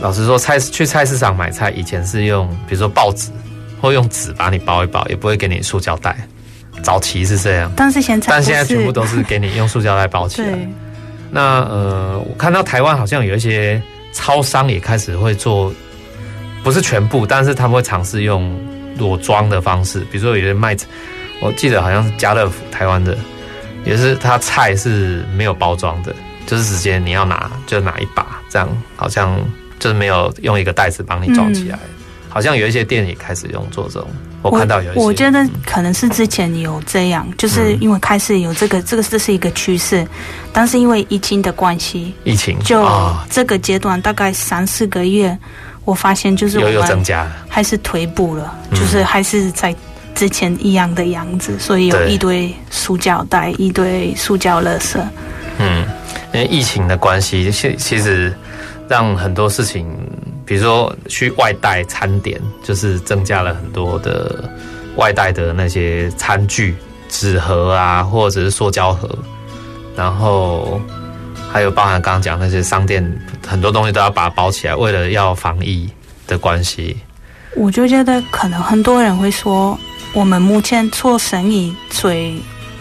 Speaker 2: 老实说菜去菜市场买菜以前是用比如说报纸或用纸把你包一包，也不会给你塑胶袋。早期是这样，
Speaker 3: 但是现在
Speaker 2: 但
Speaker 3: 不
Speaker 2: 现在全部
Speaker 3: 是
Speaker 2: 都是给你用塑胶袋包起来。
Speaker 3: 对，
Speaker 2: 那呃，我看到台湾好像有一些超商也开始会做，不是全部，但是他们会尝试用裸装的方式，比如说有些卖，我记得好像是家乐福台湾的，也是它菜是没有包装的，就是直接你要拿就拿一把，这样好像就是没有用一个袋子帮你装起来，好像有一些店也开始用做这种，我看到有一些，嗯
Speaker 3: 我觉得可能是之前有这样，就是因为开始有这
Speaker 2: 嗯
Speaker 3: 个，这个这是一个趋势，但是因为疫情的关系，
Speaker 2: 疫情
Speaker 3: 就
Speaker 2: 啊、
Speaker 3: 这个阶段大概三四个月，我发现就是我
Speaker 2: 有有增
Speaker 3: 们
Speaker 2: 加，
Speaker 3: 还是退步了，
Speaker 2: 嗯
Speaker 3: 就是还是在之前一样的样子，所以有
Speaker 2: 对
Speaker 3: 一堆塑胶袋，一堆塑胶垃圾。
Speaker 2: 嗯，因为疫情的关系，其其实让很多事情，比如说去外带餐点，就是增加了很多的外带的那些餐具、纸盒啊，或者是塑胶盒，然后还有包含刚刚讲那些商店，很多东西都要把它包起来，为了要防疫的关系。
Speaker 3: 我就觉得可能很多人会说，我们目前做生意最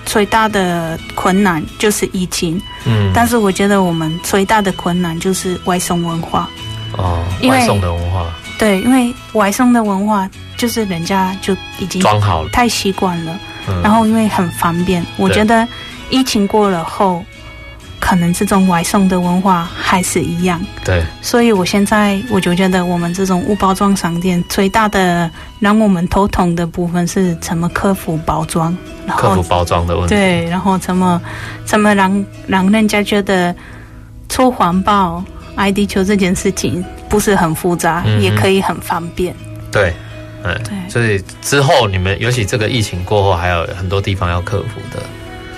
Speaker 3: 最大的困难就是疫情，
Speaker 2: 嗯，
Speaker 3: 但是我觉得我们最大的困难就是外送文化。
Speaker 2: 哦，
Speaker 3: 因为
Speaker 2: 外送的文化
Speaker 3: 对，因为外送的文化就是人家就已经
Speaker 2: 装好了，
Speaker 3: 太习惯了，
Speaker 2: 嗯、
Speaker 3: 然后因为很方便，我
Speaker 2: 对
Speaker 3: 觉得疫情过了后，可能这种外送的文化还是一样。
Speaker 2: 对，
Speaker 3: 所以我现在我就觉得我们这种无包装商店最大的让我们头疼的部分是怎么克服包装，然
Speaker 2: 客服
Speaker 3: 后
Speaker 2: 包装的问题，
Speaker 3: 对，然后怎么怎么让让人家觉得做环保、爱地球这件事情不是很复杂，
Speaker 2: 嗯哼
Speaker 3: 也可以很方便。
Speaker 2: 对，嗯，
Speaker 3: 对，
Speaker 2: 所以之后你们，尤其这个疫情过后，还有很多地方要克服的，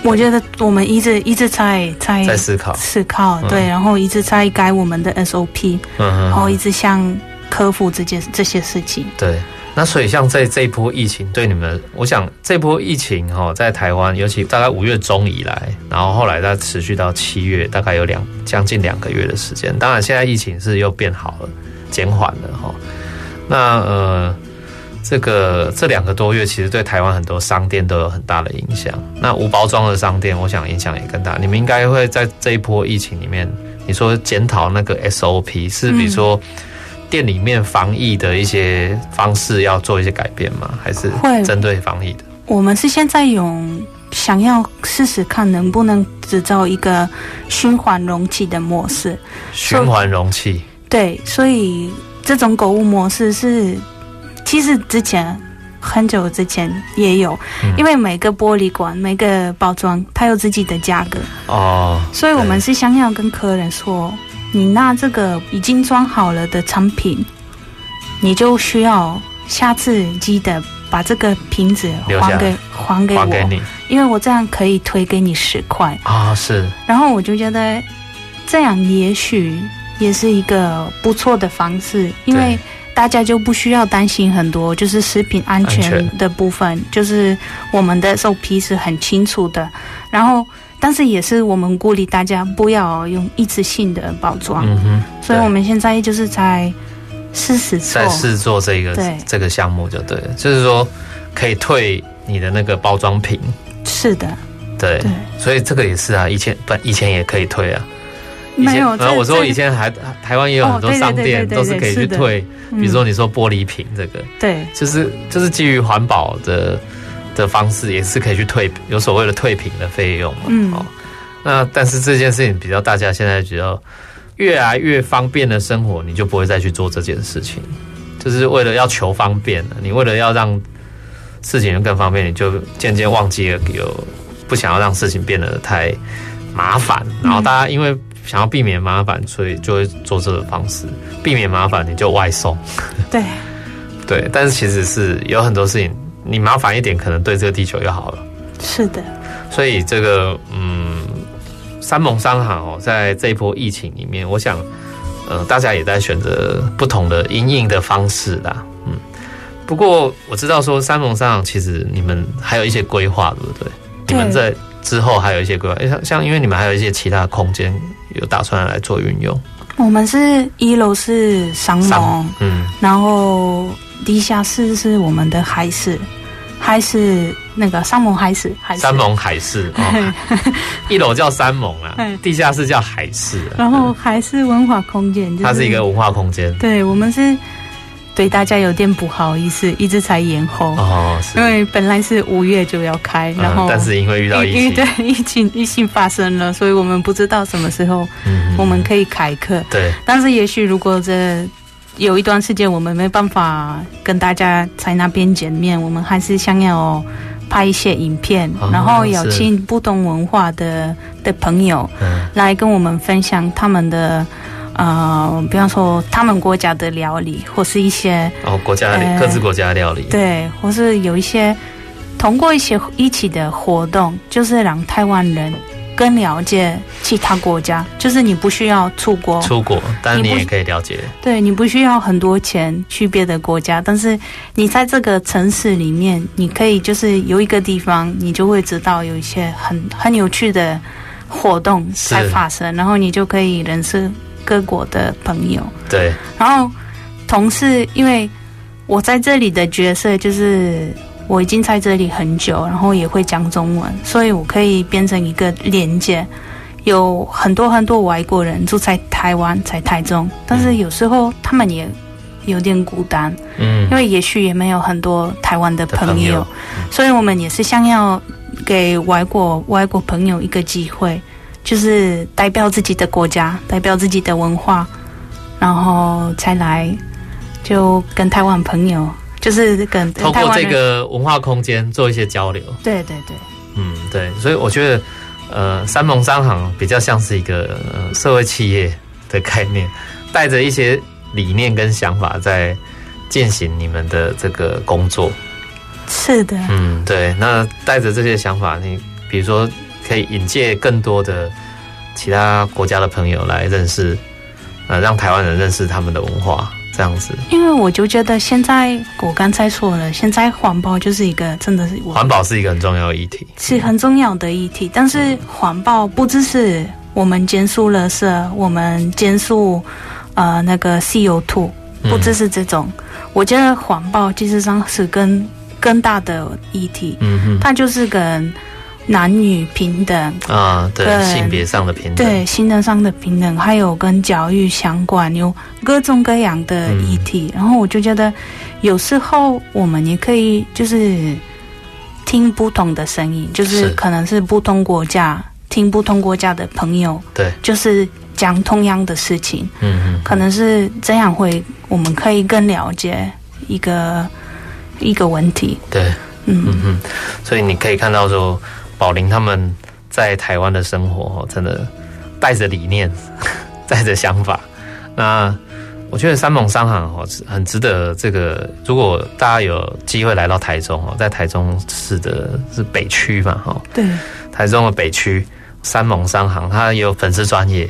Speaker 3: 我觉得我们一直一直在在
Speaker 2: 在思考。
Speaker 3: 思考，对，
Speaker 2: 嗯
Speaker 3: 然后一直在改我们的 SOP，、
Speaker 2: 嗯
Speaker 3: 然后
Speaker 2: 哼，
Speaker 3: 一直向克服这件这些事情。
Speaker 2: 对。那所以像这这一波疫情对你们，我想这波疫情哈、在台湾，尤其大概五月中以来，然后后来它持续到七月，大概有两将近两个月的时间。当然，现在疫情是又变好了，减缓了哈、那呃，这个这两个多月，其实对台湾很多商店都有很大的影响。那无包装的商店，我想影响也更大。你们应该会在这一波疫情里面，你说检讨那个 SOP，是比如说店里面防疫的一些方式要做一些改变吗？还是
Speaker 3: 会
Speaker 2: 针对防疫的？
Speaker 3: 我们是现在有想要试试看能不能制造一个循环容器的模式，
Speaker 2: 循环容器，
Speaker 3: 对，所以这种购物模式是其实之前很久之前也有，
Speaker 2: 嗯
Speaker 3: 因为每个玻璃管、每个包装它有自己的价格，
Speaker 2: 哦，
Speaker 3: 所以我们是想要跟客人说，你拿这个已经装好了的产品，你就需要下次记得把这个瓶子
Speaker 2: 留下
Speaker 3: 还
Speaker 2: 来
Speaker 3: 给还给我。
Speaker 2: 还给你
Speaker 3: 因为我这样可以推给你十块，
Speaker 2: 啊、是
Speaker 3: 然后我就觉得这样也许也是一个不错的方式，因为
Speaker 2: 对
Speaker 3: 大家就不需要担心很多，就是食品安
Speaker 2: 安
Speaker 3: 全的部分，就是我们的 SOP 是很清楚的，然后。但是也是我们鼓励大家不要用一次性的包装，
Speaker 2: 嗯哼，
Speaker 3: 所以我们现在就是在试试做
Speaker 2: 在，试做这个
Speaker 3: 对
Speaker 2: 这个项目就对了，就是说可以退你的那个包装瓶，
Speaker 3: 是的，
Speaker 2: 对，
Speaker 3: 对，
Speaker 2: 所以这个也是啊，以前不以前也可以退啊，以前
Speaker 3: 没有，
Speaker 2: 然后我说以
Speaker 3: 前，
Speaker 2: 前还台湾也有很多
Speaker 3: 哦对对
Speaker 2: 商
Speaker 3: 对
Speaker 2: 店
Speaker 3: 对对
Speaker 2: 都是可以去
Speaker 3: 是的
Speaker 2: 退，
Speaker 3: 嗯
Speaker 2: 比如说你说玻璃瓶这个，
Speaker 3: 对，
Speaker 2: 就是就是基于环保的的方式，也是可以去退有所谓的退品的费用嘛。
Speaker 3: 嗯
Speaker 2: 哦，那但是这件事情比较大家现在比较越来越方便的生活，你就不会再去做这件事情，就是为了要求方便了，你为了要让事情更方便，你就渐渐忘记了有不想要让事情变得太麻烦，然后大家因为。想要避免麻烦，所以就会做这个方式。避免麻烦，你就外送。
Speaker 3: 对，
Speaker 2: 对，但是其实是有很多事情，你麻烦一点，可能对这个地球又好了。
Speaker 3: 是的，
Speaker 2: 所以这个，嗯，三盟商行哦，在这一波疫情里面，我想，呃，大家也在选择不同的因应的方式啦。嗯，不过我知道说三盟商行其实你们还有一些规划，对不对？你们在之后还有一些规划，诶像像因为你们还有一些其他空间有打算来做运用，
Speaker 3: 我们是一楼是商
Speaker 2: 商
Speaker 3: 农，
Speaker 2: 嗯
Speaker 3: 然后地下室是我们的海市，海市那个商农海市，海市
Speaker 2: 三盟海 事，哦、一楼叫三盟啊
Speaker 3: 嗯，
Speaker 2: 地下室叫海事啊、
Speaker 3: 然后还是文化空间，就
Speaker 2: 它是一个文化空间
Speaker 3: 对我们是对大家有点不好意思，一直才延后，
Speaker 2: 哦，是
Speaker 3: 因，为本来是五月就要开，然后、
Speaker 2: 嗯，但是因为遇到疫
Speaker 3: 因
Speaker 2: 情，
Speaker 3: 为对疫情疫情发生了，所以我们不知道什么时候
Speaker 2: 嗯
Speaker 3: 我们
Speaker 2: 以
Speaker 3: 可以开课。
Speaker 2: 对
Speaker 3: 但是也许如果这有一段时间我们没办法跟大家在那边见面，我们还是想要拍一些影片，
Speaker 2: 哦
Speaker 3: 然后邀
Speaker 2: 是
Speaker 3: 请不同文化的的朋友
Speaker 2: 嗯
Speaker 3: 来跟我们分享他们的。呃，比方说他们国家的料理，或是一些
Speaker 2: 哦国家的
Speaker 3: 呃
Speaker 2: 各自国家的料理，
Speaker 3: 对，或是有一些通过一些一起的活动，就是让台湾人更了解其他国家，就是你不需要出国，
Speaker 2: 出国，但
Speaker 3: 你
Speaker 2: 你
Speaker 3: 不
Speaker 2: 也可以了解，
Speaker 3: 对你不需要很多钱去别的国家，但是你在这个城市里面，你可以就是有一个地方，你就会知道有一些很很有趣的活动
Speaker 2: 是
Speaker 3: 在发生，然后你就可以认识各国的朋友。
Speaker 2: 对，
Speaker 3: 然后同事，因为我在这里的角色就是我已经在这里很久，然后也会讲中文，所以我可以变成一个连接。有很多很多外国人住在台湾，在台中，但是有时候他们也有点孤单，
Speaker 2: 嗯
Speaker 3: 因为也许也没有很多台湾的朋友，
Speaker 2: 的朋友嗯
Speaker 3: 所以我们也是想要给外国外国朋友一个机会，就是代表自己的国家，代表自己的文化，然后才来就跟台湾朋友，就是跟
Speaker 2: 透
Speaker 3: 台
Speaker 2: 过
Speaker 3: 湾
Speaker 2: 这
Speaker 3: 人
Speaker 2: 个文化空间做一些交流，
Speaker 3: 对对对，
Speaker 2: 嗯，对，所以我觉得，呃，三盟商行比较像是一个、呃、社会企业的概念，带着一些理念跟想法在践行你们的这个工作。
Speaker 3: 是的，
Speaker 2: 嗯，对，那带着这些想法，你比如说可以引介更多的其他国家的朋友来认识，呃，让台湾人认识他们的文化，这样子。
Speaker 3: 因为我就觉得现在我刚才说了，现在环保就是一个真的是我
Speaker 2: 环保是一个很重要的议题。
Speaker 3: 是很重要的议题，但是环保不只是我们减速垃圾，我们减速呃那个 CO2，不
Speaker 2: 嗯
Speaker 3: 只是这种。我觉得环保其实上是跟更大的议题，
Speaker 2: 嗯
Speaker 3: 它就是跟男女平等、
Speaker 2: 哼，啊，对，
Speaker 3: 对
Speaker 2: 性别上的平等。
Speaker 3: 对新人上的平等，还有跟教育相关，有各种各样的议
Speaker 2: 嗯
Speaker 3: 题。然后我就觉得，有时候我们也可以就是听不同的声音，就是
Speaker 2: 是
Speaker 3: 可能是不同国家听不同国家的朋友，
Speaker 2: 对，
Speaker 3: 就是讲同样的事情，
Speaker 2: 嗯嗯，
Speaker 3: 可能是这样会我们可以更了解一个一个问题。
Speaker 2: 对。
Speaker 3: 嗯，
Speaker 2: 嗯哼，所以你可以看到说，宝林他们在台湾的生活哦，真的带着理念， 带着想法。那我觉得三盟商行哦，是很值得这个。如果大家有机会来到台中哦，在台中市的是北区嘛哈，
Speaker 3: 对，
Speaker 2: 台中的北区三盟商行，它也有粉丝专业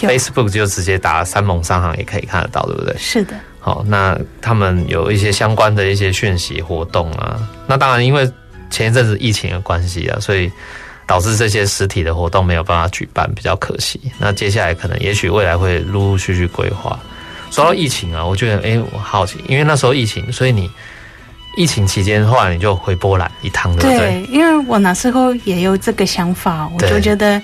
Speaker 3: 有
Speaker 2: ，Facebook 就直接打三盟商行也可以看得到，对不对？
Speaker 3: 是的，
Speaker 2: 好，那他们有一些相关的一些讯息活动啊。那当然，因为前一阵子疫情的关系啊，所以导致这些实体的活动没有办法举办，比较可惜。那接下来可能，也许未来会陆陆续续规划。说到疫情啊，我觉得，诶，我好奇，因为那时候疫情，所以你疫情期间，后来你就回波兰一趟，对不对？
Speaker 3: 对，因为我那时候也有这个想法，我就
Speaker 2: 对
Speaker 3: 觉得，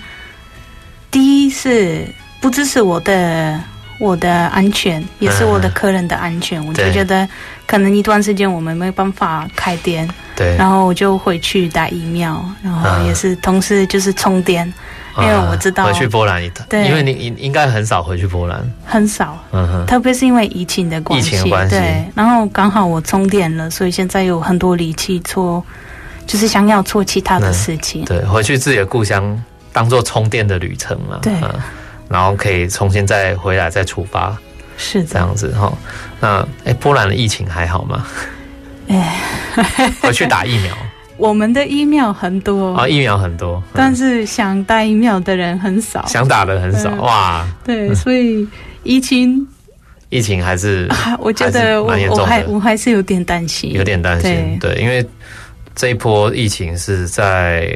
Speaker 3: 第一是不只是我的我的安全，也是我的客人的安全。我就
Speaker 2: 嗯对
Speaker 3: 觉得，可能一段时间我们没办法开店，
Speaker 2: 对，
Speaker 3: 然后我就回去打疫苗，然后
Speaker 2: 嗯
Speaker 3: 也是同时就是充电，因为我知道
Speaker 2: 啊回去波兰一趟，
Speaker 3: 对
Speaker 2: 因为你应应该很少回去波兰，
Speaker 3: 很少。
Speaker 2: 嗯哼，
Speaker 3: 特别是因为疫情的关
Speaker 2: 疫
Speaker 3: 系，
Speaker 2: 情的关系
Speaker 3: 对，然后刚好我充电了，所以现在有很多力气做，就是想要做其他的
Speaker 2: 嗯
Speaker 3: 事情。
Speaker 2: 对，回去自己的故乡当做充电的旅程嘛。
Speaker 3: 对
Speaker 2: 嗯然后可以重新再回来再出发
Speaker 3: 是
Speaker 2: 这
Speaker 3: 的，
Speaker 2: 样子哈。那哎，波兰的疫情还好 吗？
Speaker 3: 哎
Speaker 2: 回去打疫苗
Speaker 3: 我们的 email 很多
Speaker 2: 啊，疫苗很多，嗯
Speaker 3: 但是想打疫苗的人很少。
Speaker 2: 想打的很少
Speaker 3: 嗯
Speaker 2: 哇。
Speaker 3: 对，所以疫情，
Speaker 2: 疫情还是
Speaker 3: 啊、我觉
Speaker 2: 还是
Speaker 3: 得我
Speaker 2: 蛮严
Speaker 3: 我
Speaker 2: 重
Speaker 3: 还
Speaker 2: 的
Speaker 3: 我还是有点担心，
Speaker 2: 有点担心，对，因为这一波疫情是在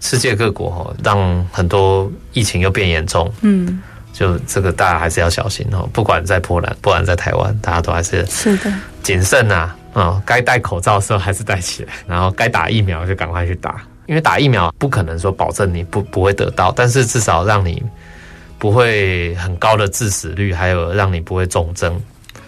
Speaker 2: 世界各国哈，让很多疫情又变严重，
Speaker 3: 嗯，
Speaker 2: 就这个大家还是要小心哦。不管在波兰，不管在台湾，大家都还是
Speaker 3: 是的，
Speaker 2: 谨慎啊，嗯，该戴口罩的时候还是戴起来，然后该打疫苗就赶快去打，因为打疫苗不可能说保证你不不会得到，但是至少让你不会很高的致死率，还有让你不会重症，
Speaker 3: 嗯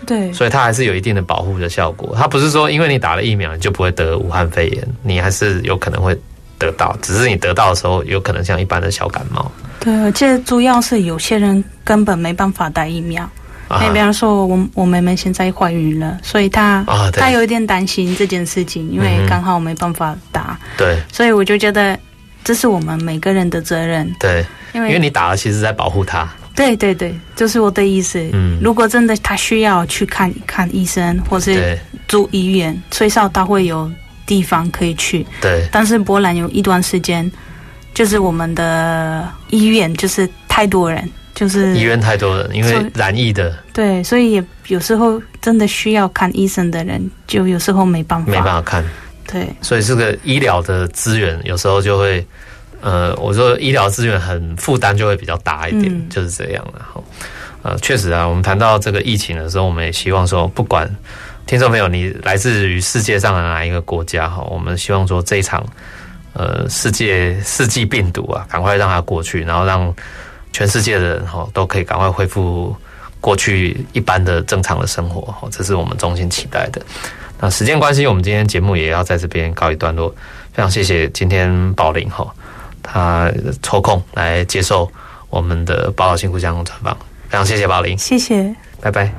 Speaker 3: 对，
Speaker 2: 所以它还是有一定的保护的效果。它不是说因为你打了疫苗你就不会得武汉肺炎，你还是有可能会得到，只是你得到的时候有可能像一般的小感冒。
Speaker 3: 对，而且主要是有些人根本没办法打疫苗。
Speaker 2: 啊
Speaker 3: 哎那比方说我我妹妹现在怀孕了，所以她、
Speaker 2: 啊对
Speaker 3: 她有一点担心这件事情，因
Speaker 2: 嗯
Speaker 3: 为
Speaker 2: 哼
Speaker 3: 刚好没办法打，
Speaker 2: 对
Speaker 3: 所以我就觉得这是我们每个人的责任，
Speaker 2: 对，
Speaker 3: 因
Speaker 2: 因
Speaker 3: 为
Speaker 2: 为你打了其实在保护它。
Speaker 3: 对对对，就是我的意思。
Speaker 2: 嗯，
Speaker 3: 如果真的她需要去看看医生，或是
Speaker 2: 对
Speaker 3: 住医院，最少她会有地方可以去。
Speaker 2: 对
Speaker 3: 但是波兰有一段时间，就是我们的医院就是太多人，就是
Speaker 2: 医院太多人，因
Speaker 3: 所
Speaker 2: 为
Speaker 3: 以
Speaker 2: 染疫的。
Speaker 3: 对，所以也有时候真的需要看医生的人，就有时候没办法。
Speaker 2: 没办法看，
Speaker 3: 对
Speaker 2: 所以这个医疗的资源有时候就会，呃，我说医疗资源很负担就会比较大一点，
Speaker 3: 嗯
Speaker 2: 就是这样然后，呃，确实啊，我们谈到这个疫情的时候，我们也希望说，不管听众朋友你来自于世界上的哪一个国家哈，我们希望说这一场呃世界世纪病毒啊，赶快让它过去，然后让全世界的人哈都可以赶快恢复过去一般的正常的生活哈，这是我们衷心期待的。那时间关系，我们今天节目也要在这边告一段落。非常谢谢今天宝林哈，他抽空来接受我们的宝岛新故乡专访，非常谢谢宝林，
Speaker 3: 谢谢。
Speaker 2: 拜拜。